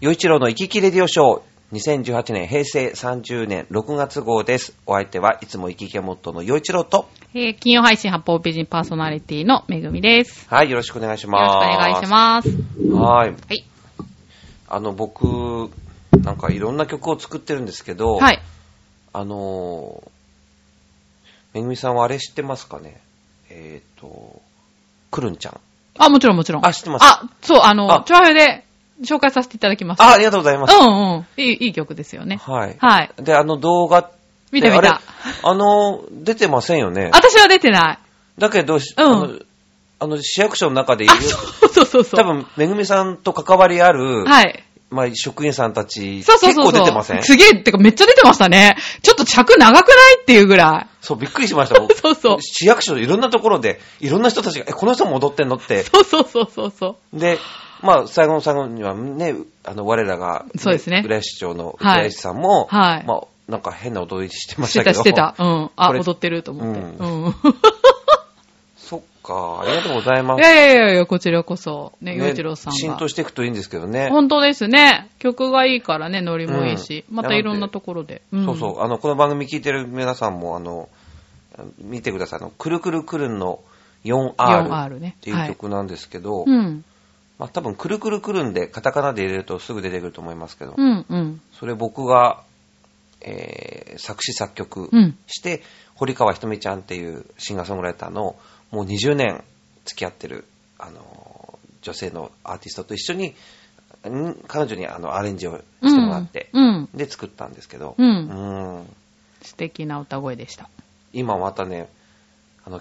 洋一郎の行き来レディオショー。2018年平成30年6月号です。お相手はいつも行き来モットーの洋一郎と。えー金曜配信発泡美人パーソナリティのめぐみです。はい、よろしくお願いしよろましくおす。願いします。す。はい。はい。あの、僕、なんかいろんな曲を作ってるんですけど、はい。あのー、めぐみさんはあれ知ってますかねえっ、と、くるんちゃん。あ、もちろんもちろん。あ知ってますあ、そう、あのあ、チョアヘで紹介させていただきます。あ、ありがとうございます。うんうん。いい、いい曲ですよね。はい。はい。で、あの動画って、見た見たあれあの、出てませんよね。私は出てない。だけど、あの、あの市役所の中でいるあ、、そうそうそうそう。多分、めぐみさんと関わりある、はい。まあ、職員さんたち、そうそうそうそう。結構出てませんすげえ、てかめっちゃ出てましたね。ちょっと尺長くないっていうぐらそう、びっくりしました。僕 そうそう市役所、いろんなところで、いろんな人たちが、え、この人も踊ってんのっい。て。そうそうそうそうそう。で、まあ、最後の最後にはね、あの、我らが、そうですね浦安市長のはい浦安市さんも、はいまあ、なんか変な踊りしてまししてたけた、ど。してた。うん。あ、これ踊ってると思って。ううん。そっか、 ありがとうございまいす。やいやいやいや、こちらこそ、ね、洋一郎さんが。浸透していくといいんですけどね。本当ですね。曲がいいからね、ノリもいいし。うんまたいろんなところで。んそうそう、あの、この番組聞いてる皆さんも、あの、見てください。あの、くるくるくるんの 4R っ 4R ね。ていう曲なんですけど、はい。うん。まあ多分、くるくるくるんで、カタカナで入れるとすぐ出てくると思いますけど、うん、うん。それ僕が、えー作詞作曲うんして、堀川ひとみちゃんっていうシンガーソングライターの、もう20年付き合ってる、あの、女性のアーティストと一緒に、ん彼女にあのアレンジをしてもらって、うん。で作ったんですけど、うんうん素敵な歌声でした。今またね、あの、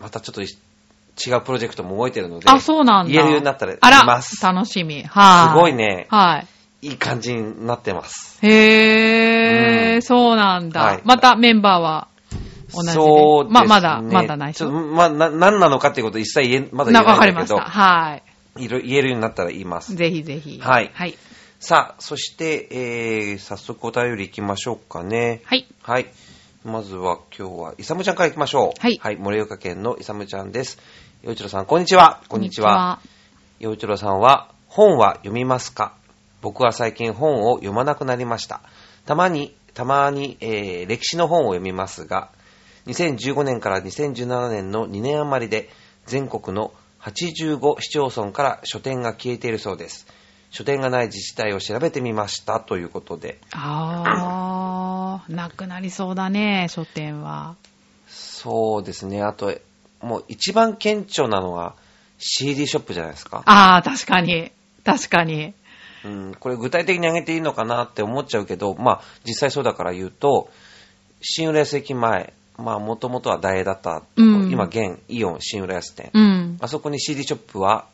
またちょっとい違うプロジェクトも動いてるので、あ、そうなんだ。言えるようになったらあ言いますら、楽しみ。はい。すごいねはい。いい感じになってます。へー、うんそうなんだ、はいまたメンバーは同じで。そうですね。ま、まだ、まだないちょしっと。まあ、な、何なのかっていうこと一切言え、まだ言なえわかないりんだまけした。ど、はいろ言えるようになったら言いまい。す。ぜひぜひ。はいはい。さあ、そして、えー、早速お便り行きましょうかね。はい。はい。まずは今日は、イサムちゃんから行きましょう。はいはい、森岡県のイサムちゃんです。よいちろさん、こんにちは。こんにちは。陽一郎さんは、本は読みますか僕は最近本を読まなくなりました。たまに、たまに、えー歴史の本を読みますが、2015年から2017年の2年余りで、全国の85市町村から書店が消えているそうです。書店がない自治体を調べてみましたということで。あー、なくなりそうだね、書店は。そうですね。あと、もう一番顕著なのは CD ショップじゃないですか。あー、確かに。確かに。うん、これ具体的に挙げていいのかなって思っちゃうけど、まあ、実際そうだから言うと、新浦安駅前、まあ、もともとは大栄だったところ、うん今、現、イオン、新浦安店、うん。あそこに CD ショップは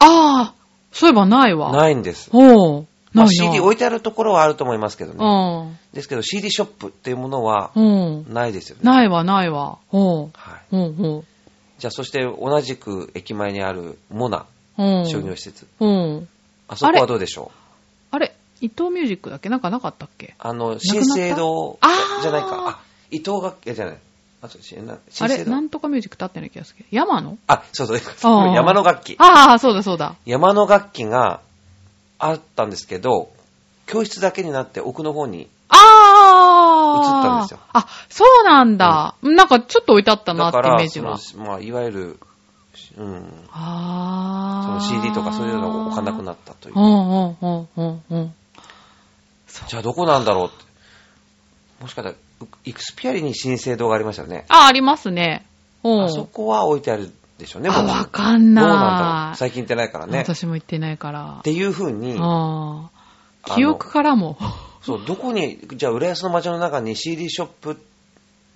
あー、そういえばないわ。い。ないんです。おー、まないあ、な。 CD 置いてあるところはあると思いますけどね。うん。ですけど、CD ショップっていうものはうん。ないですよね。ないわ、ないわ。おー。はい、ほうほじゃあ、そして同じく駅前にあるモナう。うん。商業施設、うん。あそこはどうでしょうあれ、伊藤ミュージックだっけなんかなかったっけあの、くな新った生堂あーじゃないか。あ、伊藤楽器、いやじゃない。あそうしなあ新れ、生堂な。んとかミュージックだってような気がするけど。山野あ、そうそうあー山の楽器。あー、そうだそうだ。山の楽器があったんですけど、教室だけになって奥の方に、あー。映ったんですよあ、そうなんだ。なんかちょっと置いてあったなだかってイメーら、ジそはの。まあ、いわゆる、うん、そあのー。 CD とかそういうのが置かなくなっったとたいうんう。うんうんうんうん。じゃあどこなんだろうって。もしかしたら、うイクスピアリに新生堂がありましたよね。あ、ありますね。うん。あそこは置いてあるでしょうね、あ、もうわかんどなうい。なんだろう。最近行ってないからね。っ私も行ってないから。ていう風に、ああ。記憶からも。そう、どこに、じゃあ、浦安の街の中に CD ショップ、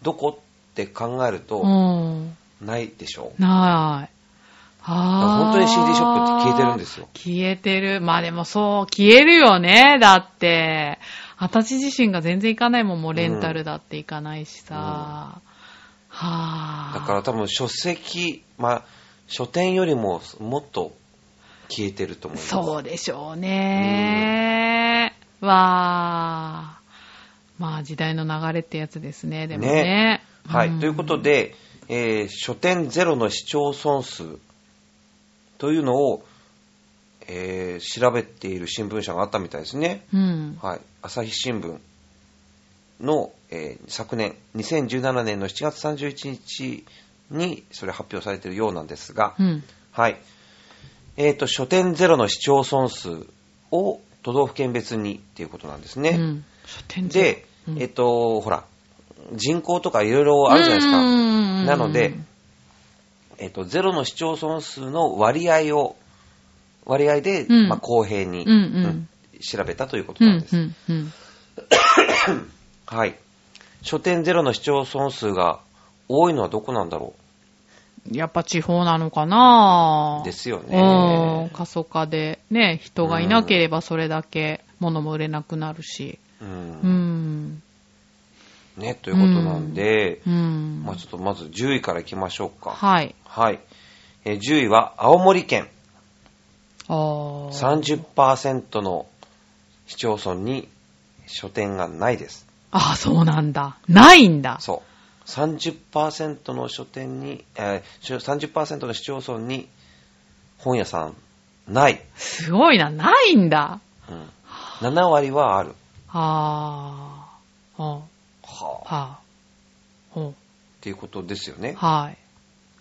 どこって考えるうと、ん。ないでしょう。ない。ああ。本当に CD ショップって消えてるんですよ消えてる。まあでもそう、消えるよね。だって、私自身が全然行かないもん、もうレンタルだって行かないしさ。はあ。だから多分、書籍、まあ、書店よりも、もっと消えてると思います。そうでしょうね。わあ。まあ時代の流れってやつですね、でもね。ねはい、んということ。で、えー書店ゼロの市町村数というのを、ええー調べている新聞社があったみたいですね。うん。はい、朝日新聞の、えー昨年2017年の7月31日にそれ発表されているようなんですが、うん。はい、えー、と書店ゼロの市町村数を都道府県別にっていうことなんですうね。ん。書店でで、えっ、とほら人口とかいろいろあるじゃないですか。なので、えっ、とゼロの市町村数の割合を割合で、うんまあ、公平に、うんうんうん調べたということうなんんです。うんうん。はい。書店ゼロの市町村数が多いのはどこなんだろやっぱ地方なのかなうですようんね。過疎化で、ね、人がいなければそれだけ物も売れなくなるし。う。うんん。ね、ということなんで、うん。まあちょっとまず10位からいきましょうか。はい。はい。えー10位は青森県あー30%の市町村に書店がないです。あー、そうなんだ。ないんだ。そう。30%の書店に、えー、30%の市町村に本屋さんない。すごいな。ないんだ。うん。7割はある。あーあ。はあ、っはあ。うんていうことですよね。はい。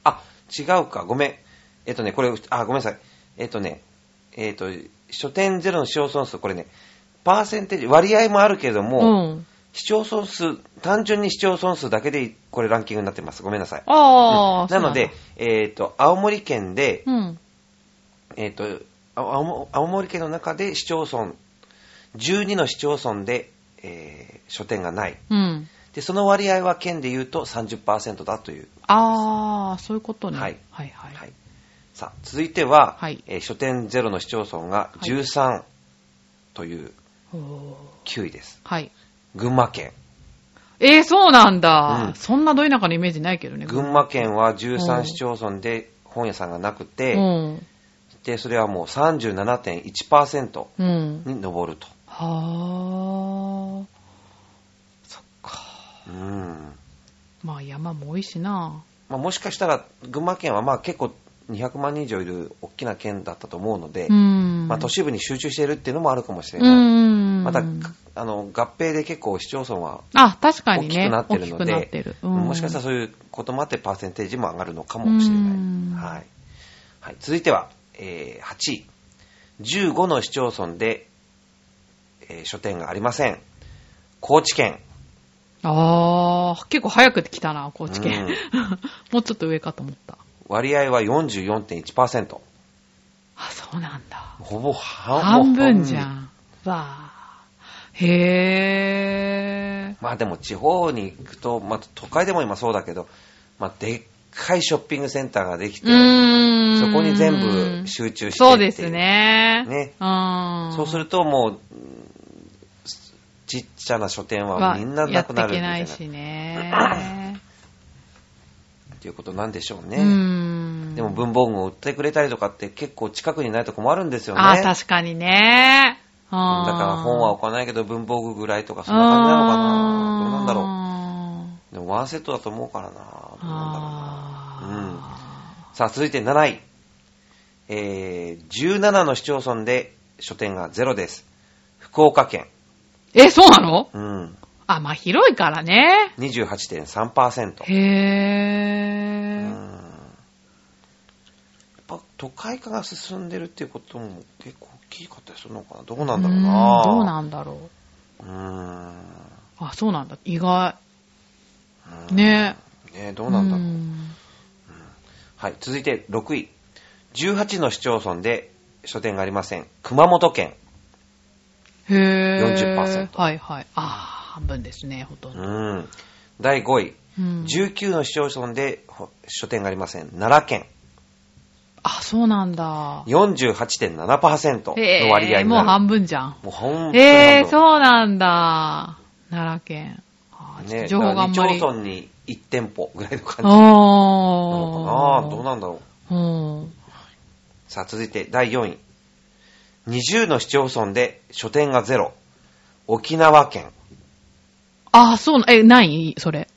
あ、違うか。ごめん。えっとね、これ、あ、ごめんなさい。えっとね、えっと、書店ゼロの市町村数、これね、パーセンテージ、割合もあるけれどうも、ん。市町村数、単純に市町村数だけで、これランキングになってます。ごめんなさい。ああ、なのでそ、えっと、青森県で、うなんだ、えっと、あ青森青森県の中で市町村、12の市町村で、えー書店がない。うん。うん。で、その割合は県で言うと30%だという。ああ、そういうことね。はいはい、はい。はい、さあ続いては、はいえー書店ゼロの市町村が13というおー9位です。はい。群馬県。えー、そうなんだ。うんそんなど田舎のイメージないけどね。群馬県はう13ん市町村で本屋さんがなくて、うん。でそれはもう37.1%うん。に上ると。はあ。そっか。うんまあ山も多いしな。まあ、もしかしたら群馬県はまあ結構200万人以上いる大きな県だったと思うので、うん。まあ、都市部に集中しているっていうのもあるかもしれうない。ん。またあの合併で結構市町村はあ、確か大にきくね。なってるの大きくなってでる、うんもしかしたらそういうこともあって、パーセンテージも上がるのかもしれうんない。はい。はい、続いては、えー8位。15の市町村で、えー書店がありません。高知県。ああ、結構早く来たな、高知県。うん もうちょっと上かと思った。割合は44.1%。あ、そうなんだ。ほぼ半半分じゃん。ん。わあ。へえ。まあでも地方に行くと、まあ都会でも今そうだけど、まあでっかいショッピングセンターができて、うーん。そこに全部集中してっていうそうですね。ねうん。そうするともう、うんちっちゃな書店まはあみんななくなるみたやいってな、いけないしね。っていうことなんでしょううね。ん。でも文房具を売ってくれたりとかって結構近くにないとこもあるんですよね。ああ、だか確かにね。だら本は置かないけど文房具ぐらいとかそんな感じなのかな。どうなんだろろう。でもワンセットだと思うからな。どうなんだろうな。あさあ続いて7位。えー、17の市町村で書店がゼロです。福岡県。ーえ、そうなのうん。あ、まあ広いからね。 28.3%。へうんえ。やっぱ都会化が進んでるっていうことも結構大きかったりするのかなどうなんだろうなどうなんだろうーんう。あ、そうなんだ。意外。うんね。ねどうなんだろう、んはい続いて6位18の市町村で書店がありません熊本県へー。 40%はいはい。ああ、半分ですね、ほとんうど。ん第5位うん19の市町村でほ書店がありません奈良県あ、そうなんだ。 48.7%の割合えにーもうなる半分じゃん。もう半分えー、そうなんだ。奈良県。あーちょっとね、情報があんまり。だから二町村に1店舗ぐらいの感じなのあかなどうななんだろう。うん。さあ、続いて第4位。20の市町村で書店がゼロ。沖縄県。あー、そうな、え、ないそれ。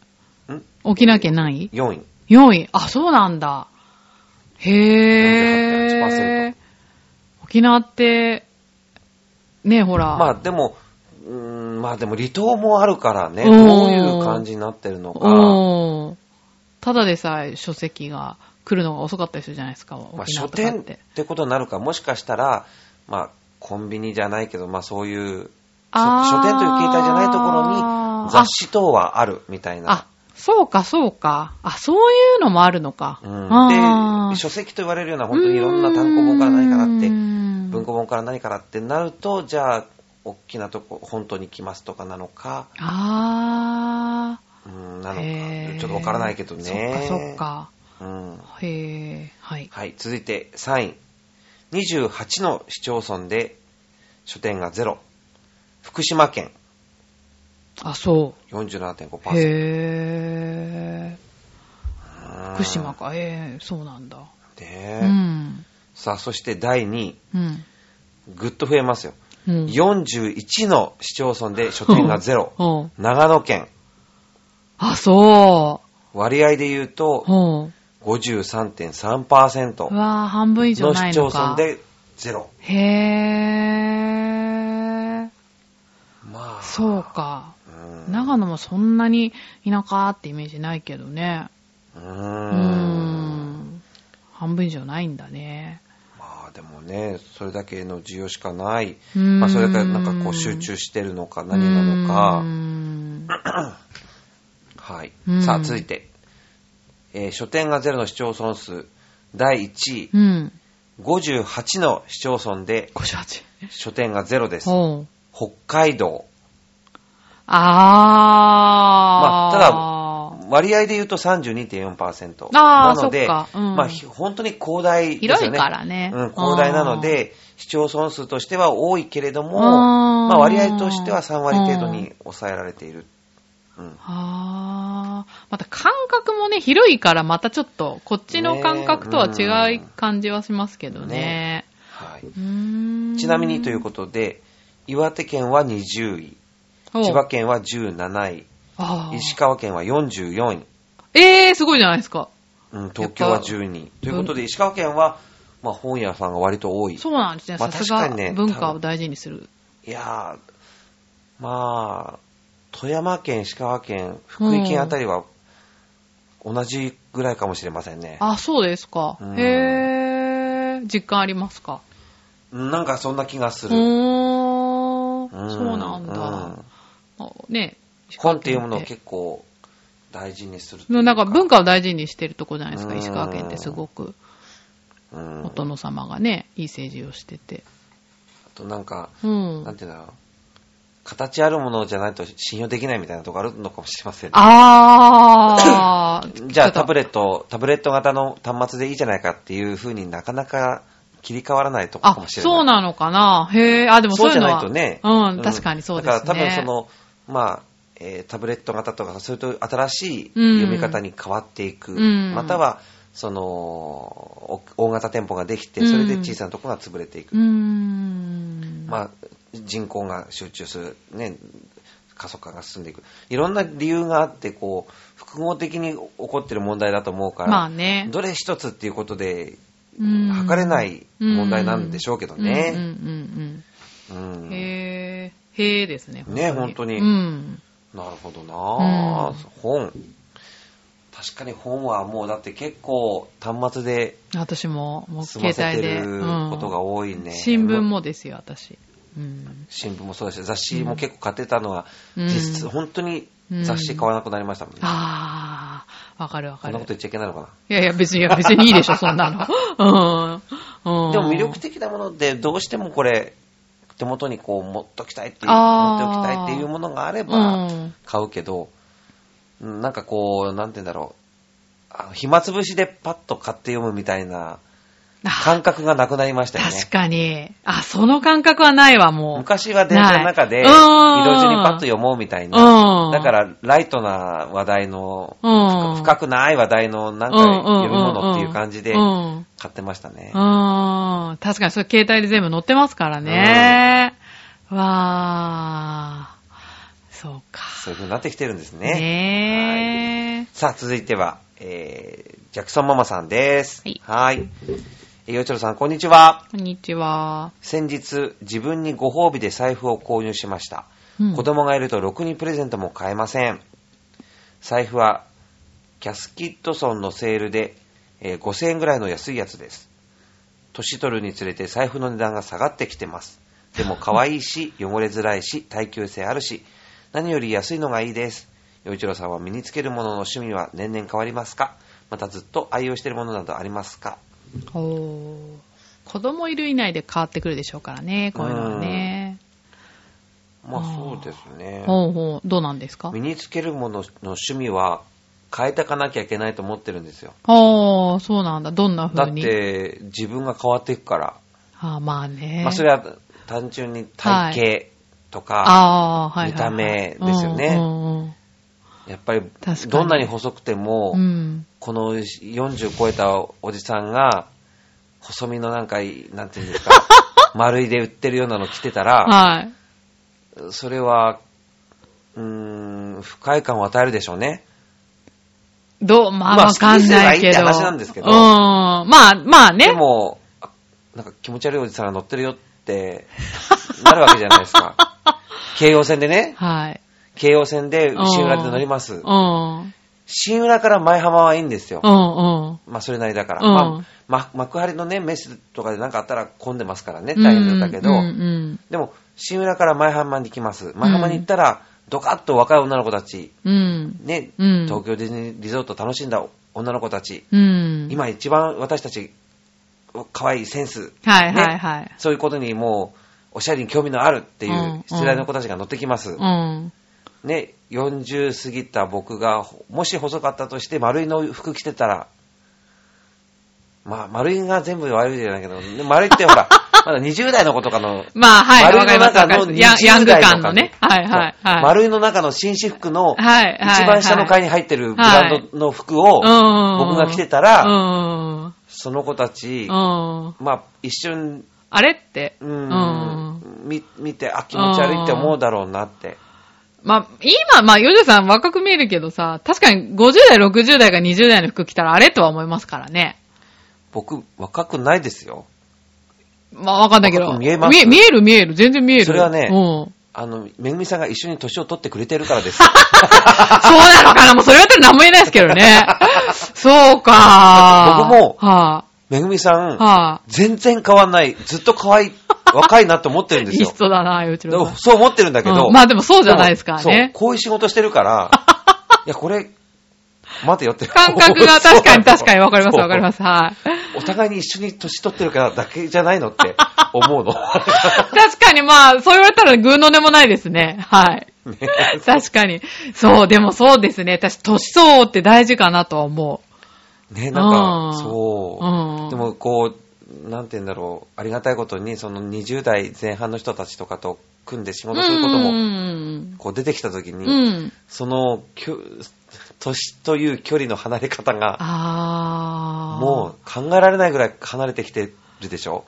ん沖縄県ない ?4 位。 ?4 位。あ、そうなんだ。へぇー。沖縄って、ね、ほら。まあでも、うーん、まあでも離島もあるからね、うどんういう感じになってるのか、うん。ただでさえ書籍が来るのが遅かったりするじゃないですか。まあ沖書縄とかっ。店っててことになるか、もしかしたら、まあコンビニじゃないけど、まあそういう、そあー書店という携帯じゃないところに雑誌等はあるみたいなあ。、そうか、そうか。あ、そういうのもあるのか。うん、あーで、書籍と言われるような本当にいろんな単行本から何からってうー、ん文庫本から何からってなると、じゃあ、大きなとこ、本当に来ますとかなのか、うん、ああ。なのへーか、ちょっとわからないけどね。そそっか、っか。うん。そっか。へえ、はい。はい、続いて3位。28の市町村で書店がゼロ。福島県あ、そ47.5%。う。へうえ。ん福島。か。ええ、そうなんだ。ねうえん。さあ、そして第2位。うん。ぐっと増えますよ。うん41の市町村で書店がゼロ。 うん。長野県。あ、そ割合で言うとう。うん。 53.3%うわぁ、半分以上のな市い町の村か。でゼロ。へぇまあ。そうか。うん。長野もそんなに田舎ってイメージないけどね。ううーん。ん。半分以上ないんだね。まあでもね、それだけの需要しかない。ままあそれからなんかこう集中してるのか何なのか。か。はい。うんさあ続いて。えー書店がゼロの市町村数。第1位う。ん。 58の市町村で58。書店がゼロです。おう北海道。まああー。ただ割合で言うと32.4%。あーなので、そっかうんまあひ本当に広大ですよね。広いからねうん、広大なので、市町村数としては多いけれども、あーまあ割合としては3割程度に抑えられている。うん。あーまた感覚もね、広いからまたちょっと、こっちの感覚とは違い感じはしますけどね。はい。うーんちなみにということで、岩手県は20位、お千葉県は17あ位、ー石川県は44位、えー、すごいじゃないですか。うん、東京は12位。ということで、石川県は、まあ本屋さんが割と多い。そうなんですね。まあさす確かがにね文化を大事にする。いやー、まあ、富山県、石川県、福井県あたりは同じぐらいかもしれませんね。あ、そうですかう。んへー。実感ありますか。うんなんかそんな気がすうる。ーん。んそうなんだ。うあね。本っていうものを石川県結構大事にするとっていうなんか文化を大事にしてるとこじゃないですか。うん石川県ってすごく、うんお殿様がね、いい政治をしてて。あとなんか、うんなん。ていうんだろう。形あるものじゃないと信用できないみたいなとこあるのかもしれませんね。あー。じゃあタブレット、タブレット型の端末でいいじゃないかっていう風になかなか切り替わらないとこかあも、しれない。そうなのかな。へー。あ、でもそそうういじうゃのは。ないとね。うん、確かにそうですだね。から多分その、まあ、えータブレット型とか、それと新しいうん読み方に変わっていく。うんまたは、その、お大型店舗ができて、それで小さなところが潰れていく。うーん。まあ、人口が集中する、ね、過疎化が進んでいく。いろんな理由があって、こう、複合的に起こってる問題だと思うから、まあね。どれ一つっていうことで、うん測れない問題なんでしょうけどねうんうんうんうんうん。へー。へーですね。ねう本ん。なるほどな、うん本。確かに本はもうだって結構端末で私も、もう済ま携せ帯てで。ることがうん多いね。新聞。もですよ、私。うん。新聞もそうだし、雑誌も結構買ってたのは、うん実質本当に雑誌買わなくなりましたもんね。あー、わかるわこかんるなこ。と言っちゃいけないのかな。いやいや、別に、いや、別にい いでしょ、そんなの。うん。うん。でも魅力的なもので、どうしてもこれ、手元にこう持っときたいっていう、持あってーおきたいっていうものがあれうばん、買うけど、うんなんかこう、なんて言うんだろう、あの暇つぶしでパッと買って読むみたいなあ感覚がなくなりましたよね。確かに。あ、その感覚はないわ、もう。昔は電車の中で、移ない動うん中にパッと読もうみたいうんな。だから、ライトな話題の、うん深くない話題のなんか読み物っていう感じでうんうんうんうん買ってましたね。うん。確かに、それ携帯で全部載ってますからね。わー。そうか。そういう風になってきてるんですね。ねえ。さあ、続いては、えー、ジャクソンママさんです。はいい。ええー、よちろさん、こんにちは。こんにちは。先日、自分にご褒美で財布を購入しました。うん子供がいるとろくにプレゼントも買えません。財布は、キャスキットソンのセールで、えー5000円ぐらいの安いやつです。年取るにつれて財布の値段が下がってきてます。でも可愛い し、汚れづらいし、耐久性あるし、何より安いのがいいです。洋一郎さんは身につけるものの趣味は年々変わりますかまたずっと愛用しているものなどありますかおー子供いる以内で変わってくるでしょうからね、こういうのはね。まああーそうですね。ほうほう、どうなんですか身につけるものの趣味は変えてかなきゃいけないと思ってるんですよ。ああ、そうなんだ。どんなだ風っに。て自分が変わっていくから。あーまあね。まあそれは単純に体型とか、ああ、はいはいはい、見た目ですよねうんうんうんやっぱり確かにどんなに細くても、うん。この40超えたおじさんが、細身のなんか、なんていうん ですか、丸いで売ってるようなの着てたら、はい。それは、うーん、不快感を与えるでしょうね。どう、まあまあわかんないけ好きにど。すればいいって話なんですけどうん。まあ、まあね。でも、あなんか気持ち悪いおじさんが乗ってるよって、なるわけじゃないです か。京葉線でね、はい。京葉線で新浦で乗りますう。ん。新浦から前浜はいいんですよう。んまあそれなりだから。うんまあま幕張のね、メスとかでなんかあったら混んでますからね、大変だったけど、うんうんでも、新浦から前浜に行きます。前浜に行ったら、ドカッと若い女の子たち、うん。ね、うん東京ディズニーリゾート楽しんだ女の子たち、うん。今一番私たち、可愛いセンス、はいはいはい。そういうことにもう、おしゃれに興味のあるっていうんう世代の子たちが乗ってきます。うん。ね、40過ぎた僕が、もし細かったとして、丸いの服着てたら、まあ、丸いが全部悪いじゃないけど、ね丸いってほ ら、まだ20代の子とかの、まあ、はい。丸わいかりのますわ中かりのます。ヤンヤン20グ代感ののね。はいはいはい。丸いの中の紳士服の、はいはいはい。一番下の階に入ってるブランドの服を、僕僕が着てたうら、ん。うんその子たち、うん。まあ、一瞬、あれって。ううんん、み見て、あ、気持ち悪いって思うだろうなって。まあ、今、まあ、ヨジョさん若く見えるけどさ、確かに50代、60代が20代の服着たらあれとは思いますからね。僕、若くないですよ。まあ、わかんないけど。若く見えます見見える見える、全然見える。それはねうん。あの、めぐみさんが一緒に年を取ってくれてるからです。 そうなのかなもうそれやったら何も言えないですけ どね。そう僕か。もはめぐみさい、ん、は全然変わんない。ずっと可愛い、若いなって思ってるんい、でい すいよ。人だな、ヨジでョさもん。そう思ってるんだけど。うんまあでもそうじゃないですからでもそうね。こういう仕事してる から、いや、これ、待てよって。感覚 が確かに確かにわかりますそうわかります。はい。お互いに一緒に年取ってるからだけじゃないのって思う の。 確かにまあ、そう言われたらぐうの音もないですね。 はい。確かに。そう、でもそうですね。私、年相応って大事かなとは思ね、なんか、うんそうう。んでも、こう、なんて言うんだろう、ありがたいことに、その20代前半の人たちとかと組んで仕う。事することうも、ん。こう出てきたときに、うん。その、きょ年という距離の離れ方が、あー。もう考えられないぐらい離れてきてるでしょ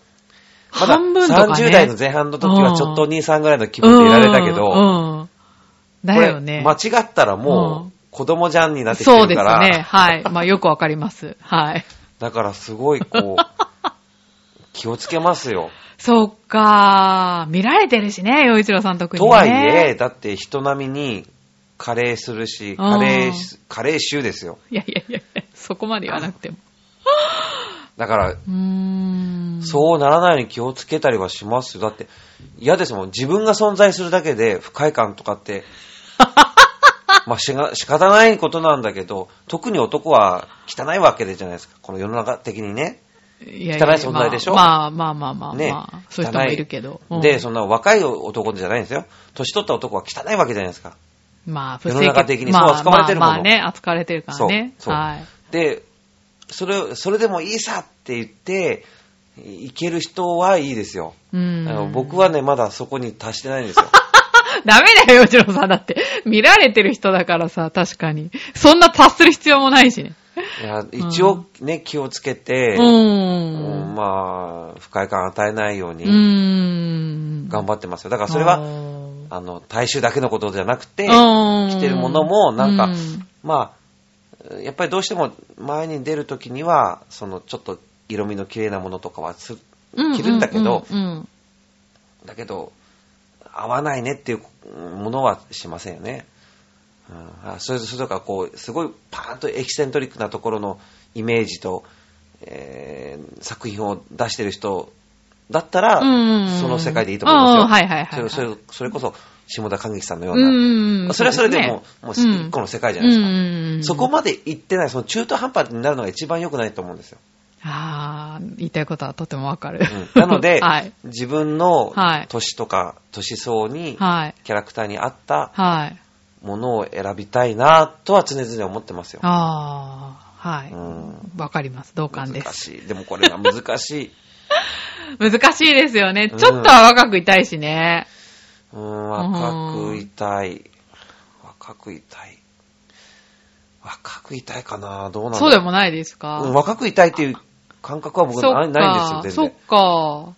まだ半分とか、ね。 30代の前半の時はちょっとお兄さんぐらいの気分でいられたけうど、ん。うんこだれよね。間違ったらうもんう子供じゃんになってきそうてるですから、ね。はい。まあ、よくわかります。はい。だからすごいこう、 気をつけますよ。そっかー。見られてるしね、洋一郎さん特に、とね。はいえ、。だって人並みにカレーするし、カレーし、カレー臭ですよ。いやいやいやいや、そこまで言わなくても。だから、うーん。そうならないように気をつけたりはしますよ。だって、嫌ですもん。自分が存在するだけで不快感とか って、まあしが仕方ないことなんだけど、特に男は汚いわけでじゃないですか。この世の中的にね。いやいや汚い存在でしょまあまあまあまあまあ、ね。そういう人もいるけど。汚ういんで、そんな若い男じゃないんですよ。年取った男は汚いわけじゃないですか。まあ、不世正の中的にそう扱われてるものまあまあまあね、扱われてるからね。そうそうはい。で、それ、それでもいいさって言って、いける人はいいですよ。うあん。の僕はね、まだそこに達してないんです よ。ダメだよ、よちろさん。だって、見られてる人だからさ、確かに。そんな達する必要もないしね。いや一応ね、気をつけて、うーうんん。まあ、不快感与えないよううにーん。頑張ってますよ。だからそれは、あーあの、大衆だけのことじゃなくて、うん着てるものも、なんうか、んまあ、やっぱりどうしても前に出るときには、その、ちょっと色味の綺麗なものとかはすうん着るんだけど、うんうんだけど、合わないねっていうものはしませんよね。うん、あそれそれとか、こう、すごいパーンとエキセントリックなところのイメージと、えー作品を出してる人だったら、うんその世界でいいと思いますよ。うんはいはいはいはいそれそれそれこそ、下田寛之さんのよううんな、うんうん。それはそれでもう、もう一個の世界じゃないですか。うんうんうんそこまで行ってない、その中途半端になるのが一番良くないと思うんですよ。ああ、言いたいことはとてもわかる。うん なので、はい。自分のはい年とか年相に、はい。キャラクターに合ったはい。ものを選びたいなとは常々思ってますよ。ああ、はうい。ん、わかります。同難感です。しい。でもこれが難し い。難しいですよね。うんちょっとは若くいたいしね。うん、若くいたい。若くいたい。若くいたいかなどうなんだろそうでもないですか。うん若くいたいっていう感覚は僕そっなかいないんですよ、全そっ然。か。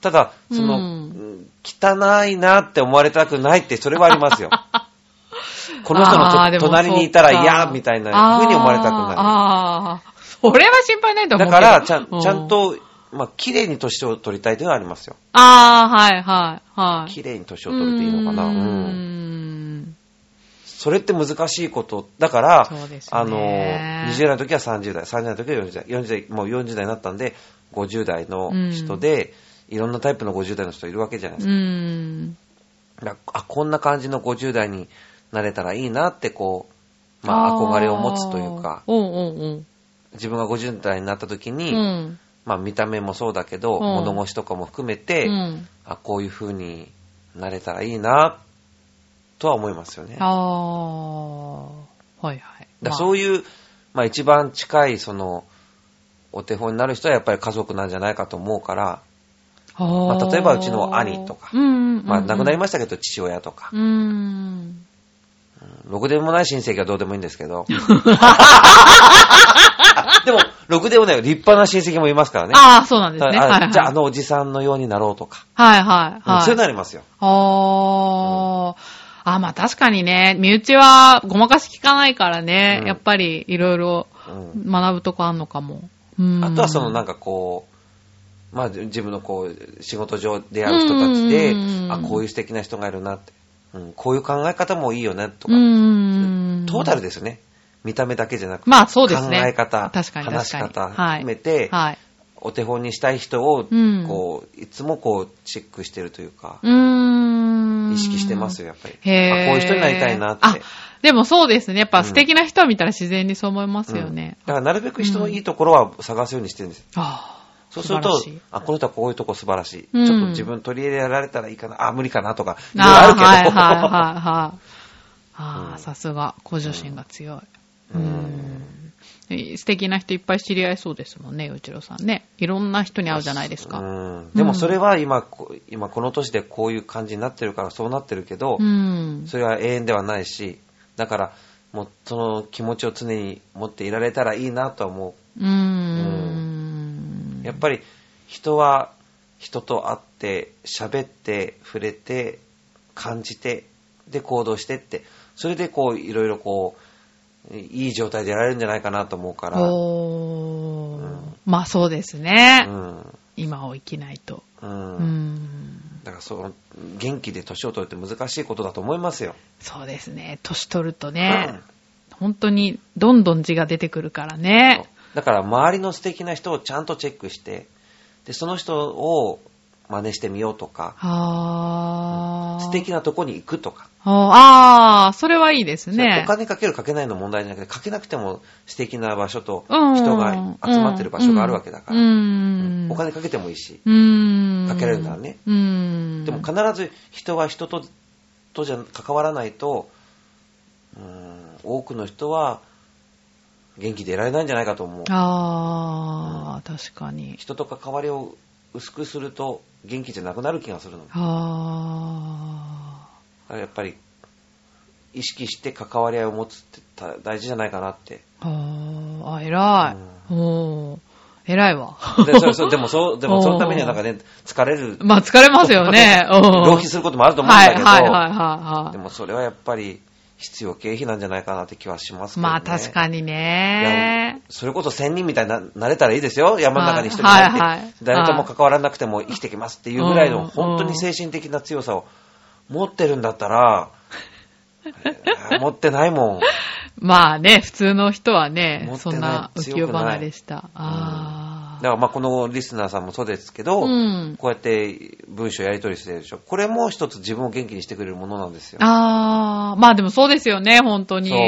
ただ、その、ううん汚いなって思われたくないって、それはあります よ。この人あーのでとも隣にいたらそっか嫌みたいな風に思われたくない。あーあー、それは心配ないと思うだけから、ど。ちゃん、うちゃん。と、まあ、綺麗に年を取りたいというのはありますよ。ああ、はい、はい、はい。綺麗に年を取るていいのかな。ううーん。ん。それって難しいこと。だから、そうですねあの、20代の時は30代、30代の時は40代、40代、もう40代になったんで、50代の人で、いろんなタイプの50代の人いるわけじゃないうですか。ーん。だからあ、こんな感じの50代になれたらいいなって、こう、まあ、憧れを持つというかあ、ー。うんうん自分が50代になった時うに、ん。うん。まあ、見た目もそうだけど、うん物腰とかも含めて、うんあ、こういう風になれたらいいな、とは思いますよね。だかああ。はいはい。らそういいう、まあ一番近い、その、お手本になる人はやっぱり家族なんじゃないかと思うから、う、ままあ例えばうちの兄とかうんうんうんうん、まあ亡くなりましたけど父親とかう、ーん。ろくでもない親戚はどうでもいいんですけ ど。あでも、ろくでもない立派な親戚もいますからね。ああ、そうなんですね。はいあはい。じゃああのおじさんのようになろうとか、はいはいうんはい。そういうのありますよ。あー。あ、まあ確かにね、身内はごまかし聞かないからね、うんやっぱりいろいろうん学ぶとこあんのかも。うん、あとはそのなんんかこう、まあ自分のこう、仕事上出会う人たちでうんうんうんう、んあ、こういう素敵な人がいるなって、うん、こういう考え方もいいよねとうか、ん。トータルですよね。見た目だけじゃなくて、まあそうですね。考え方確かに確かに話し方含めてはい。はい、お手本にしたい人を、うんこう、いつもこう、チェックしてるというか、うーん。意識してますよ、やっぱり。へーあこういう人になりたいなって。あ、でもそうですね。やっうぱん素敵な人を見たら自然にそう思いますようんね。だからなるべく人のいいところは探すようにしてるんです。ああ。そうする素と晴らしい、あ、この人はこういうとこ素晴らしい。うんちょっと自分取り入れられたらいいかな。あ、無理かなとか、いろいろあああるけど。はいはいはいはい。ああ、うんさすが、向上心が強い。ううんん。素敵な人いっぱい知り合いそうですもんね、洋一郎さんね。いろんな人に会うじゃない ですか。うんでもそれは今、こ今この年でこういう感じになってるからそうなってるけどう、ん。それは永遠ではないし、だから、もうその気持ちを常に持っていられたらいいなとは思うう。ん。やっぱり人は人と会って、喋って、触れて、感じて、で行動してって、それでこういろいろこう、いい状態でやられるんじゃないかなと思うから、ううおーんまあそうですね。ん。今を生きないと。う。うんん。だからその、元気で年を取るって難しいことだと思いますよ。そうですね。年取るとね、本当にどんどん字が出てくるからね。だから周りの素敵な人をちゃんとチェックして、で、その人を真似してみようとか、ああ。素敵なとこに行くとか、ああ、それはいいですそれねお。金かけるかけないの問題じゃなくて、かけなくても素敵な場所とうん人が集まってる場所があるわけだから、うん。お金かけてもいいし、うん。かけられるならねうん。でも必ず人は人ととじゃ関わらないと、うん多くの人は元気でいられないんじゃないかと思う。ああ、確かに。人と関わりを薄くすると元気じゃなくなる気がするの。あだからやっぱり意識して関わり合いを持つってた大事じゃないかなって。あ。ああ、偉い。おー偉いわ。でそれそれでもそう、 でもそのためにはなんかね、疲れる、まあ疲れますよね。うん 浪費することもあると思うんはだいはいはいけど、はいではい。もそれはやっぱり必要経費なんじゃないかなって気はしますけど、ね。まあ確かにいやね。それこそ仙人みたいにななれたらいいですよ。山の中に一人は入いって、はいはい誰とも関わらなくても生きてきますっていうぐらいのうん本当に精神的な強さを持ってるんだったら、えー持ってないもん。まあね、普通の人はね持、ってそないんな浮世離れした。だあからまあこのリスナーさんもそうですけあ。ど、うん。こうやって文章やり取りしてるでしょ。これも一つ自分を元気にしてくれるものなんですよ。ああ、まあでもそうですよね、本当に。そう。こ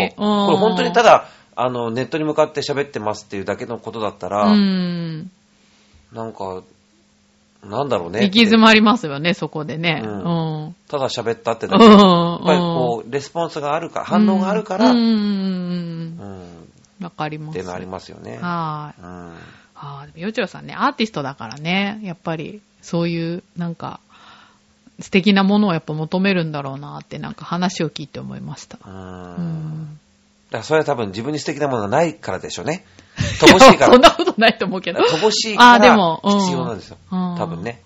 れ本当にただ、あの、ネットに向かって喋ってますっていうだけのことだったら、うん。なんか、なんだろうねっ行て。き詰まりますよね、そこでね。ううんん。うん。ただ喋ったってやだけ。やっぱりこう、レスポンスがあるから、反応があるから、ううん、ん。わかりっまていす。うのありますよね。。はいうん。ああ、でも、よちろさんね、アーティストだからね、やっぱり、そういう、なんか、素敵なものをやっぱ求めるんだろうなって、なんか話を聞いて思いました。う。うんん。だからそれは多分自分に素敵なものがないからでしょうね。乏しいか そんら。なことないと思うけど。乏しいかあでらもうん必要なんですよ。うん多分ね。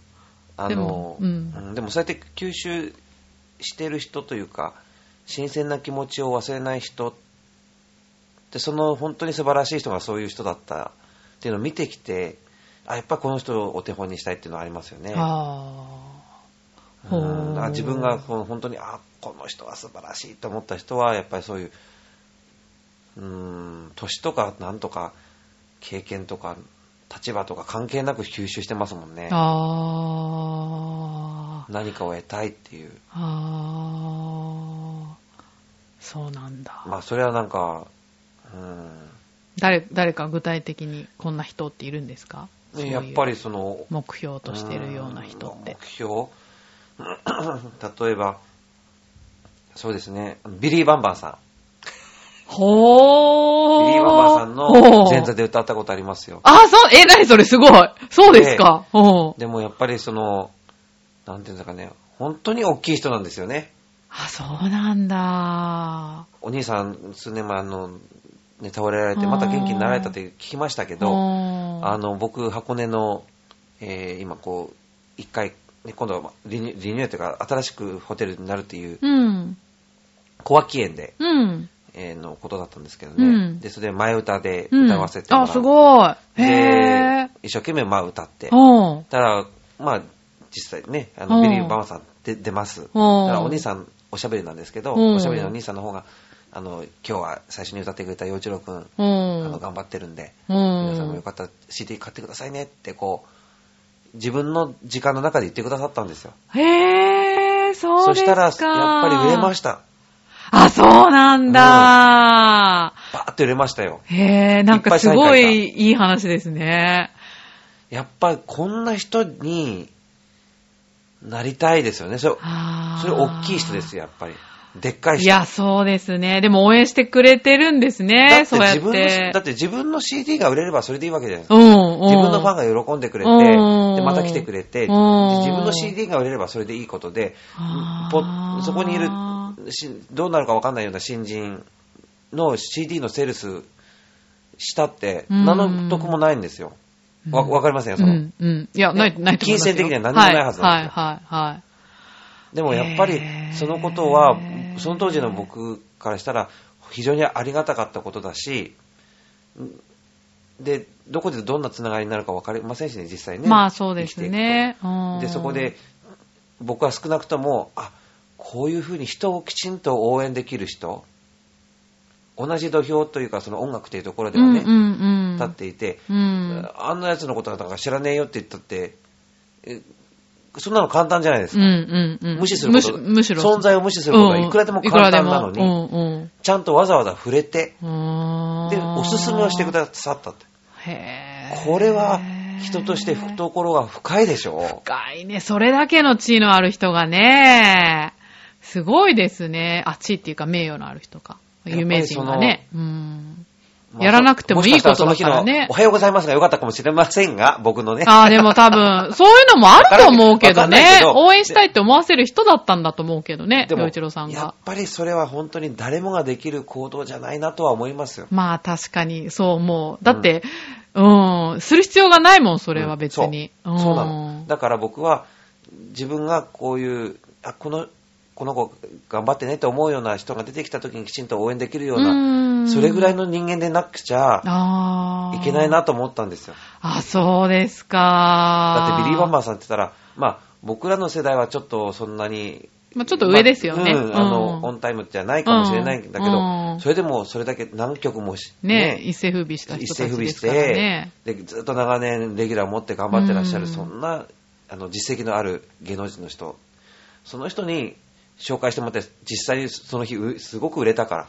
あでのも、うんうんでもそうやって吸収してる人というか、新鮮な気持ちを忘れない人って、その本当に素晴らしい人がそういう人だったっていうのを見てきて、あ、やっぱこの人をお手本にしたいっていうのはありますよね。あうあ。ほん、だからう。自分がこの本当に、あ、この人は素晴らしいと思った人は、やっぱりそういう、うん、年とかなんとか、経験とか、立場とか関係なく吸収してますもんね。ああ。何かを得たいっていう。ああ。そうなんだ。まあ、それはなんか、うん、誰、誰か具体的にこんな人っているんですかそういうやっぱりその、目標としてるような人ってうん。目標 例えば、そうですね、ビリー・バンバンさん。ほー。ビリー・バンバンさんほのう前座で歌ったことありますよ。あ、そう、え、なにそれすごい。そうですか。うん。でもやっぱりその、なんていうんですかね、本当に大きい人なんですよね。あ、そうなんだ。お兄さん、数年前、あの、ね、倒れられて、また元気になられたって聞きましたけうど、んあの、僕、箱根の、えー今こう、一回、ね、今度はリニュリニューアルというか、新しくホテルになるっていう、うん。小脇園で、うん。えーのことだったんですけどね。うんで、それで前歌でうん。歌わせてもらあ、ってすごい。へでぇ、一生懸命まあ歌ってー。。うん。たら、まあ、実際ね、あの、うんビリー・バマさんで出ます。だからお兄さん、おしゃべりなんですけど、うんおしゃべりのお兄さんの方が、あの、今日は最初に歌ってくれた陽一郎くん、うあん。の、頑張ってるんで、うん。皆さんもよかったら CD 買ってくださいねって、こう、自分の時間の中で言ってくださったんですよ。へぇー、そそうですしたか。ら、やっぱり売れました。あ、そうなんだ。バーって売れましたよ。へぇー、なんいっぱかいす再会ごがいいい話ですね。やっぱりこんな人になりたいですよね。それ、あーそれ大きい人ですよ、やっぱり。でっかい人。いや、そうですね。でも応援してくれてるんですだっね。てそうやっ自分の、て。だって自分の CD が売れればそれでいいわけじゃないですか。うん、うん。自分のファンが喜んでくれて、うんで、また来てくれて、でうん自分の CD が売れればそれでいいことで、あぽーそこにいる、しどうなるかわかんないような新人の CD のセールスしたって、うん何の得もないんですよ。わ、うんわかりませんよ、その。うん、うん。いや、ねない、ないと思い金ますよ銭的には何もないはずなんですよはい、はい、はい。でもやっぱりへーそのことは、その当時の僕からしたら非常にありがたかったことだし、んで、どこでどんなつながりになるか分かりませんしね、実際ね。まあ、そうです生きていね。くうと。んで、そこで、僕は少なくとも、あ、こういうふうに人をきちんと応援できる人、同じ土俵というかその音楽というところではね、うん、うん、うん。立っていて、うん。あんなやつのことなんか知らねえよって言ったって、えそんなの簡単じゃないですうん、か。うん、うん。無視することむしむしろ。存在を無視することはうんいくらでも簡単なのにいくらでもうん、ちゃんとわざわざ触れて、うん。で、おすすめをしてくださったって。さい。へーこれは人として懐が深いでしょ深いね。それだけの地位のある人がね、すごいですね。あ、地位っていうか名誉のある人か。やっぱり有名人がね。うん。やらなくてもししたいいことだからねその日のおはようございますが良かったかもしれませんが、僕 のね。ああ、でも多分、そういうのもあると思うけどわかんないねけ。ど応援したいって思わせる人だったんだと思うけどね、でも洋一郎さんやっが。ぱりそれは本当に誰もができる行動じゃないなとは思いますよ。まあ確かに、そう思う。だって、うん、する必要がないもん、それは別に。そうそうなの。だから僕は、自分がこういう、あ、このこの子頑張ってねって思うような人が出てきた時にきちんと応援できるよううな、んそれぐらいの人間でなくちゃあーいけないなと思ったんですよ。あ、そうですか。だってビリー・バンバー。ーさんって言ったら、まあ、僕らの世代はちょっとそんなに、まあ、ちょっと上ですよね。まあうん、あの、うんオンタイムじゃないかもしれないんだけど、うんそれでもそれだけ何曲もし、ね一世風靡した人一た世ち不備ですしからてね。、でずっと長年レギュラーを持って頑張ってらっしゃる、うんそんなあの実績のある芸能人の人、その人に紹介してもらって、実際にその日、うすごく売れたから。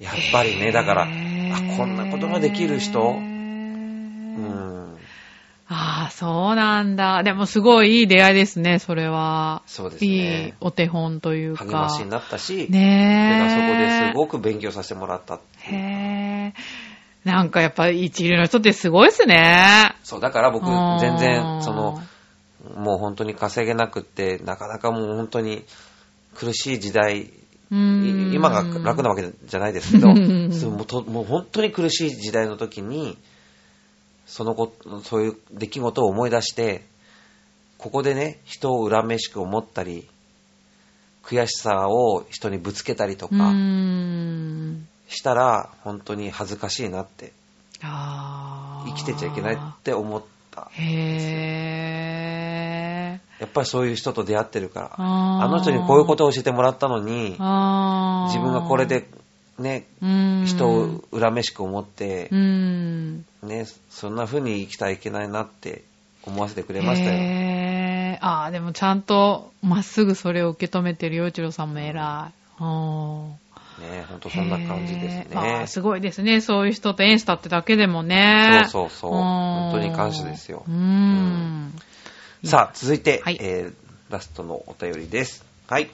やっぱりね、だから、あへーこんなことができる人、うん、ああ、そうなんだ。でもすごいいい出会いですね、それは。そうですねいいお手本というか。励ましになったし、それがそこねえ。ですごく勉強させてもらったっていうへえ。なんかやっぱ一流の人ってすごいですね。そう、だから僕うん、全然、その、、もう本当に稼げなくって、なかなかもう本当に苦しい時代うんい今が楽なわけじゃないですけうど、んそうもうともう本当に苦しい時代の時に、そのこそういう出来事を思い出して、ここでね、人を恨めしく思ったり、悔しさを人にぶつけたりとうかん。したら、本当に恥ずかしいなって、ああ。生きてちゃいけないって思った。へえ。やっぱりそういう人と出会ってるから、あーあの人にこういうことを教えてもらったのに、ああ。自分がこれで、ね、うん、人を恨めしく思ってう、ん。ね、そんな風に生きたらいけないなって思わせてくれましたよ。へーああ、でもちゃんとまっすぐそれを受け止めてる洋一郎さんも偉い。うんね、ほんとそんな感じですへーあーね。すごいですね。そういう人と縁したってだけでもね。そうそうそううん本当に感謝ですよううんん。さあ、続いて、はいえーラストのお便りです。はい。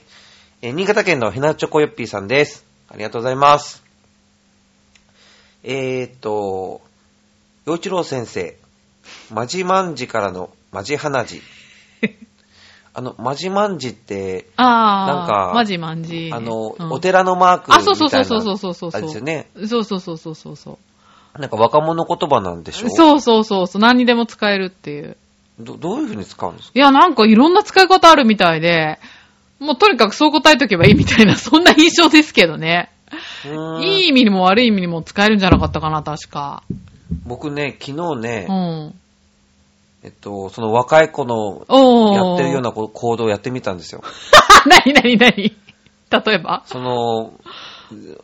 えー新潟県のヘナチョコヨッピーさんです。ありがとうございます。えーっと、洋一郎先生、まじまんじからのまじはな じ。あの、まじまんじって、ああ、なんかまじまんじ。あの、うんお寺のマークみたあ、いな。そうそうそうそうそうそうそう。あれですよね。そうそうそうそうそうそう。なんか若者言葉なんでしょそうそうそうそう。何にでも使えるっていう。どどういう風に使うんですかいや、なんかいろんな使い方あるみたいで、もうとにかくそう答えとけばいいみたいな、 そんな印象ですけどね。うーんいい意味にも悪い意味にも使えるんじゃなかったかな、確か。僕ね、昨日ねう、ん。えっと、その若い子のおー。 やってるようなこ行動をやってみたんですよ。なになになに例えばその、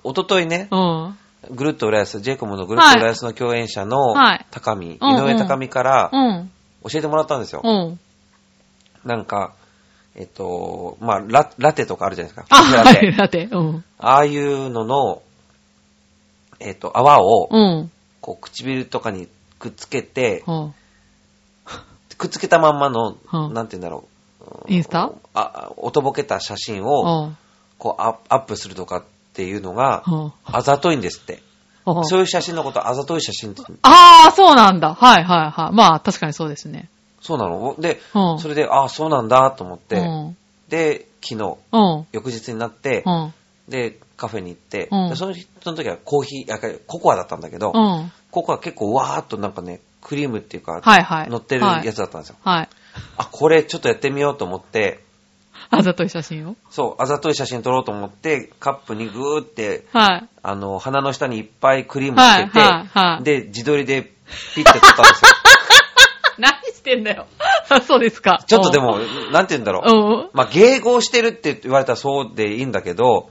おとといねう、ん。グルッと浦安、ジェイコムのグルッと浦安の共演者のはい高見、うんうん井上高見からうん。教えてもらったんですよ。うん。なんか、えっと、まあラ、ラテとかあるじゃないですか。あ、ラはテい、だって。うん。ああいうのの、えっと、泡を、うん。こう、唇とかにくっつけて、うん。くっつけたまんまの、うんなんて言うんだろう。インスタあ、おとぼけた写真うを、ん。こうアップ、アップするとかっていうのが、うんあざといんですって。うんそういう写真のこと、あざとい写真って、ああ、そうなんだ。はいはいはい。まあ、確かにそうですね。そうなので、うん。それで、あそうなんだと思っうて、ん。で、昨日、うん。翌日になってう、ん。でで、カフェに行ってうん、でその人の時はコーヒー、あココアだったんだけどう、ん。ココア結構わーっとなんかね、クリームっていうか、はいはい。乗ってるはいやつだったんですよ。はい。あ、これちょっとやってみようと思って、 あざとい写真をそう、あざとい写真撮ろうと思って、カップにグーって、はい。あの、鼻の下にいっぱいクリームつけて、はいはいはいで、自撮りでピッて撮ったんです よ。 何してんだよ。あ そうですか。ちょっとでも、なんて言うんだろう。うん。うん。まあ、迎合してるって言われたらそうでいいんだけど、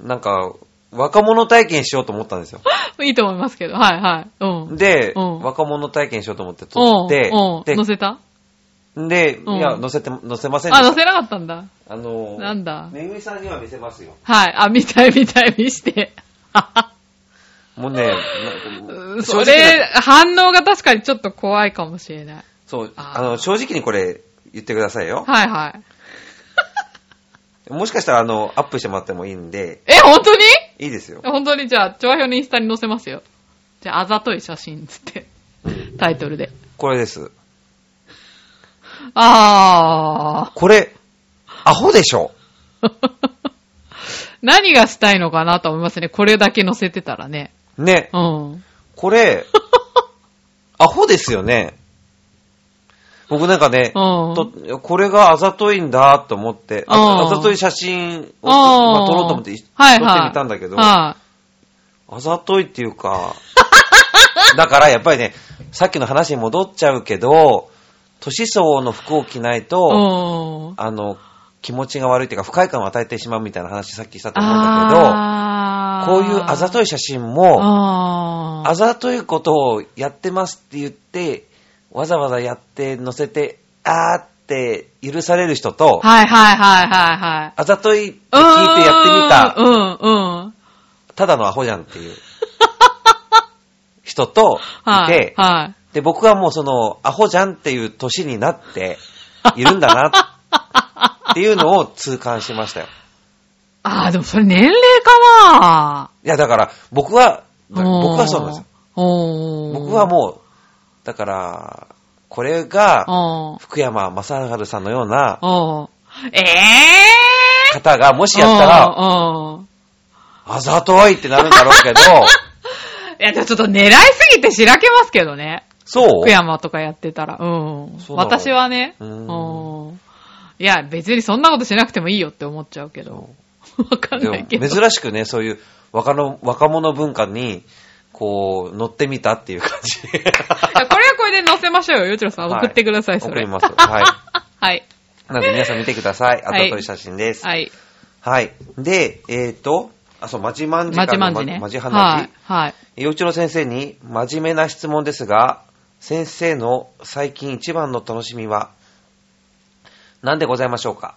なんか、若者体験しようと思ったんですよ。いいと思いますけど。はいはい。うん。で、うん若者体験しようと思って撮ってうん。うん、で載せたで、うんいや、載せて、載せませんであ、し載た。せなかったんだ。あの、なんだめぐみさんには見せますよ。はい。あ、見たい見たい 見して。もうね、なんかう正んそ直れな、反応が確かにちょっと怖いかもしれない。そう、ああの、正直にこれ言ってくださいよ。はいはい。もしかしたら、あの、アップしてもらってもいいんで、え、本当にいいですよ。本当にじゃあ、調和表のインスタに載せますよ。じゃあ、あざとい写真つって、タイトルで。これです。あこれ、アホでしょ。ー。 何がしたいのかなと思いますね。これだけ載せてたらね。ね、うん。 これ、アホですよね。僕なんかね、うんとこれがあざといんだと思って、あうんあざとい写真を、まあ撮ろうと思ってい、はいはい撮ってみたんだけど、はあざといっていうか、 だからやっぱりね、さっきの話に戻っちゃうけど、年相応の服を着ないい。と、うん。あの、気持ちが悪いっていうか、不快感を与えてしまうみたいな話さっきしたと思うんだけあど、こういうあざといい写真も、あーあざといことをやってますって言って、わざわざやって載せて、あーって許される人と、はいはいはいはいはい。あざといって聞いてやってみたう、んうんうん。ただのアホじゃんって いう人といはて、い。はい。で、僕はもうその、アホじゃんっていう年になっているんだな、っていうのを痛感しましたよ。 ああ、でもそれ年齢かないや、だから、僕は、僕はそうなんですよ。よ僕はもう、だから、これが、う。福山雅治さんのようなんうん。ええー方が、もしやったら、うんうん。あざといってなるんだろう けど、いや、でもちょっと狙いすぎてしらけますけどね。そう福山とかやってたら。うん。そうなの私はね。ううんん。いや、別にそんなことしなくてもいいよって思っちゃうけど。 わかんでないけど。も、珍しくね、そういう若の若者文化に、こう、乗ってみたっていう感じ。 いやこれはこれで載せましょうよ。よちろさん、はい送ってください、そ送れ。ります。はい。 はい。なので皆さん見てください。あはいざとい写真です。はい。はい。で、えっ、と、あ、そう、まじまんじかまのじまんじね。まじは話い。。はい。洋一郎先生に真面目な質問ですが、先生の最近一番の楽しみは何でございましょうか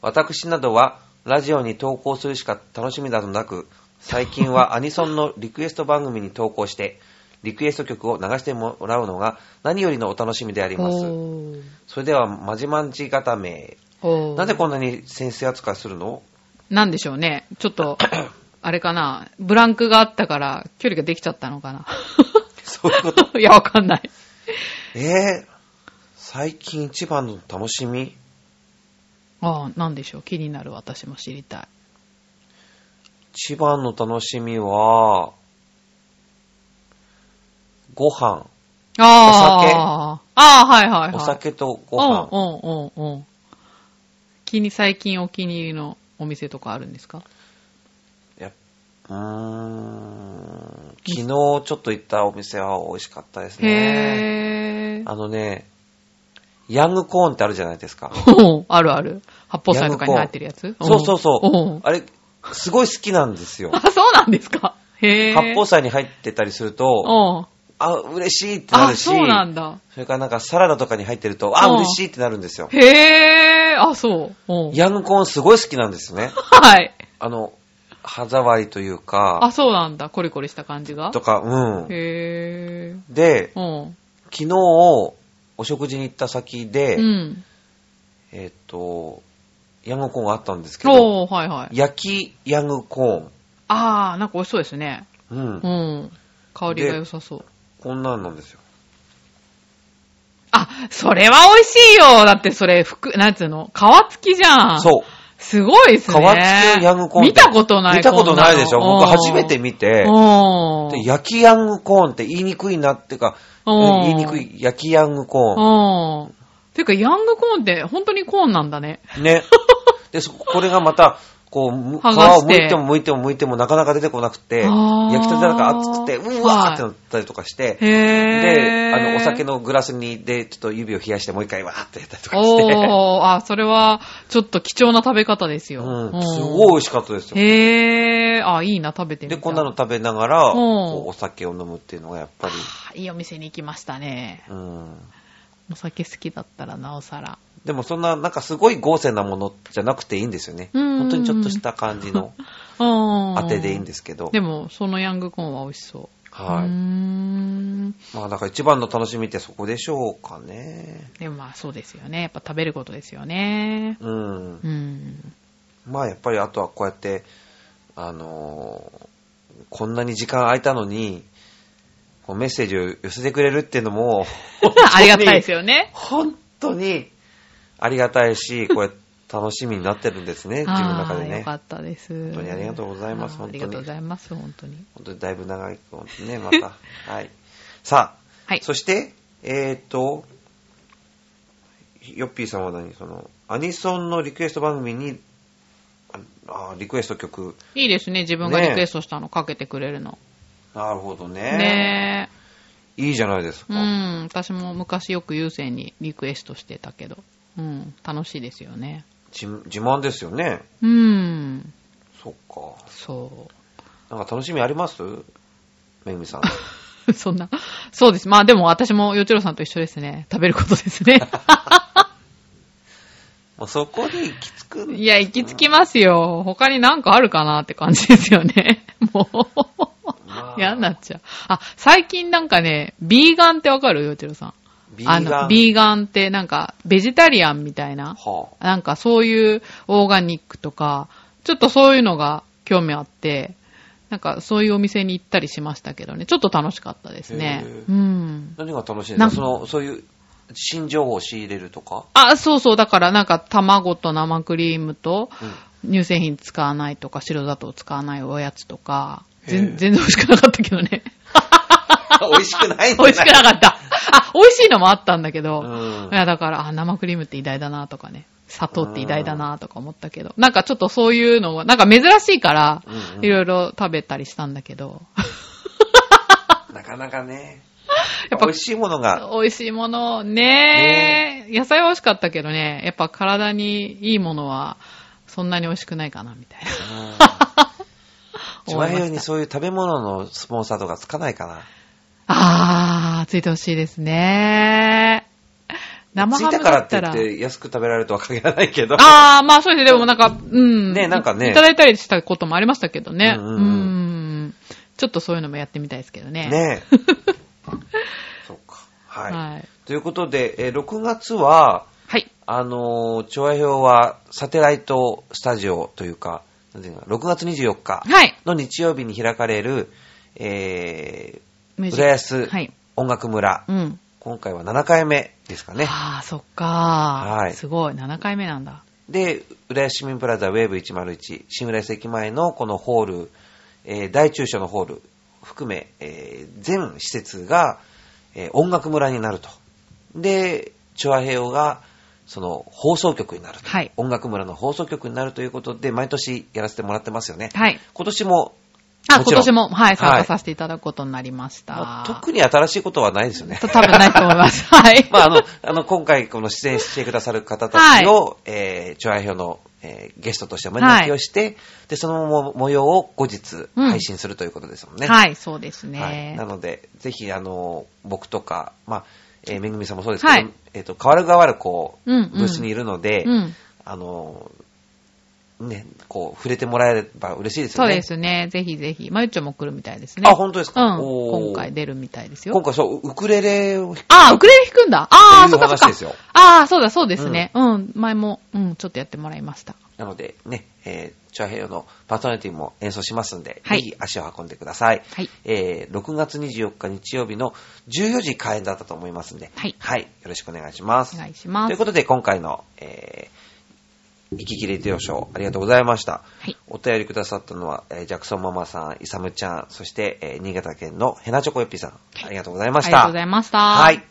私などはラジオに投稿するしか楽しみなどなく、最近はアニソンのリクエスト番組に投稿して、リクエスト曲を流してもらうのが何よりのお楽しみであります。おーそれでは、まじまんじ固めおーなぜこんなに先生扱いするのなんでしょうね。ちょっ と、あれかな。ブランクがあったから、距離ができちゃったのかな。そういう こと。いや、わかんない。えー、最近一番の楽しみああ、なんでしょう。気になる私も知りたい。一番の楽しみは、ご飯。ああ。ああ、はいはいはい。お酒とご飯。うんうんうんうん。気に、最近お気に入りのお店とかあるんですかやっうーん昨日ちょっと行ったお店は美味しかったですね。へえ。あのね、ヤングコーンってあるじゃないですか。うん あるある。八宝菜とかに入ってるやつそうそうそう。んあれ、すごい好きなんですよ。あ、そうなんですか。へえ。八宝菜に入ってたりすると、うん。あ、嬉しいってなあ、るし、そうなんだ。それからなんかサラダとかに入ってると、あ、うん嬉しいってなるんですよ。へえ。あ、そう。うん。ヤングコーンすごい好きなんですよね。はい。あの、歯触りというあ、か、そうなんだ。コリコリした感じがと。か、うん。へえ。で、うん。昨日、お食事に行った先で、うん。えっ、と、ヤングコーンがあったんですけど、おー、はいはい。焼きヤングコーン。あー、なんか美味しそうですね。うん。うん。香りが良さそう。こんなんなんですよ。あ、それは美味しいよだってそれ、服、なんつうの皮付きじゃん。う。そう。すごいです皮ね。付きのヤングコーンって。見たことない見たことないでしょ。僕初めて見見て、うん。で焼きヤングコーンって言いにくいなっていうか、うん言いにくい焼きヤングうコん。てか、ヤングコーンって本当にコーンなんだね。ーン。ね。で、そこれがまた、こう、む皮を剥がして剥いても剥いても剥いてもなかなか出てこなくて、あー焼きたてだから熱くて、うわーってなはったりとかして、へえ。で、あの、お酒のグラスに、で、ちょっと指を冷やしてもう一回わーってやったりとかして、おー、あ、それは、ちょっと貴重な食べ方ですよ。うん、すごい美味しかったですよ。へえ。あ、いいな、食べてみたで、いこんなの食べながら、んこうお酒を飲むっていうのがやっぱり、あいいお店に行きましたね。うん。お酒好きだったらなおさら。でもそんな、なんかすごい豪勢なものじゃなくていいんですよね。うんうんうん本当にちょっとした感じの うん。当てでいいんですけど。でも、そのヤングコーンは美味しそう。はうーい。ん。まあ、だから一番の楽しみってそこでしょうかね。でもまあそうですよね。やっぱ食べることですよね。うんう。ん。 まあやっぱりあとはこうやって、あのーこんなに時間空いたのに、こうメッセージを寄せてくれるっていうの も、ありがたいですよね。本当にありがたいし、これ楽しみになってるんですね、自分の中であーねよ。かったです。本当にありがとうございます本当にありがとうございます、本当に。本当にだいぶ長い ね、また。はい。さあ、はい。そして、えっ、と、ヨッピーさんは何その、アニソンのリクエスト番組に、ああリクエスト曲。いいですね、自分がリクエストしたのかけてくれるの。なるほどね。ねいいじゃないですえ。か。うん、私も昔よく優先にリクエストしてたけど、うん、楽しいですよね。自自慢ですよね。うん、そっか。そう。なんか楽しみありますめぐみ さん。そんな。そうです。まあでも私も、よちろさんと一緒ですね。食べることで すね。もうそこに行き着くんいや、行き着きますよ。他になんかあるかなって感じですよね。 もまあう、嫌になっちゃう。あ、最近なんかね、ビーガンってわかるよちろさん。ビあーガの、ン。ビーガンってなんか、ベジタリアンみたいな。はあ、なんかそういうオーガニックとか、ちょっとそういうのが興味あって、なんかそういうお店に行ったりしましたけどね。ちょっと楽しかったですねへえ。うん。何が楽しいんなでんすかその、そういう、新情報を仕入れると か。あ、そうそう。だからなんか卵と生クリームと乳製品使わないとか白砂糖使わないおやつとか、ぜへえん全然美味しくなかったけど ね。美味しくないんじゃ美ない味しくなかった。あ、美味しいのもあったんだけうど、んいやだから、あ、生クリームって偉大だなとかね。砂糖って偉大だなとか思ったけど、なんかちょっとそういうのは、なんか珍しいからうんう、んいろいろ食べたりしたんだ けど、なかなかね。やっぱ美味しいものが、美味しいもの、ねえ、野菜は美味しかったけどね、やっぱ体にいいものは、そんなに美味しくないかな、みたいな。 ち思わいまよしにた そういう食べ物のスポンサーとかつかないかな。あー、ついてほしいですね。生つハいムたかだらっってた言っら。て安く食べられるとは限らない けど。あー、まあそうですね。でもなんか、うん。ねなんかねいただいたりしたこともありましたけどね。ううんんうんうんちょっとそういうのもやってみたいですけどね。 ねえ。そうか。はい。はい。ということで、えー6月は、はい。あのー、調和表はサテライトスタジオというか、なんていうのかな6月24日はい。の日曜日に開かれる、えミュー、ージッ浦ク安はい。音楽村、うん。今回は7回目ですかね。あー、そっかー。はいすごい。7回目なんだ。で、浦安市民プラザウェーブ101、新浦安駅前のこのホール、えー大中小のホール含め、えー全施設が、えー音楽村になると。で、チョアヘヨが、その放送局になると、はい音楽村の放送局になるということで、毎年やらせてもらってますよね。はい。今年も、あ、も今ちろん年も、はい、参はい加させていただくことになりました。まあ特に新しいことはないですよね。と多分ないと思 います。はい。まあ、あの、あの、今回この出演してくださる方たちを、えー、調和表の、えーゲストとしてお招きをして、で、そのも模様を後日うん配信するということですもんね。はい、そうですはいねな。ので、ぜひ、あの、僕とか、まあ、えーめぐみさんもそうですけど、はいえっ、と、変わる変わる、こう、うんうんブースにいるので、うん。あの、ね、こう、触れてもらえれば嬉しいですそようね。ですね。ぜひぜひ。まゆっちょも来るみたいですね。あ、本当ですか、うん。おー今回出るみたいです今よ。回そう、ウクレレを弾くあー、ウクレレ弾くんだ。あってー、いそうっかそ話っかですよ。あー、そうだ、そうですね。うん、前も、うん、ちょっとやってもらいました。なのでね、えー、チュアヘヨのパーソナリティも演奏しますんで、はいぜひ足を運んでください。はいえー、6月24日日曜日の14時開演だったと思いますんで、はいよろしくお願いします。お願いしまというす。ことで、今回の、えー、息切れ手賞ありがとうございました。はいお便りくださったのは、えージャクソンママさん、イサムちゃん、そして、えー新潟県のヘナチョコエッピーさん、ありがとうございまあしりがた。とうございました。はい。。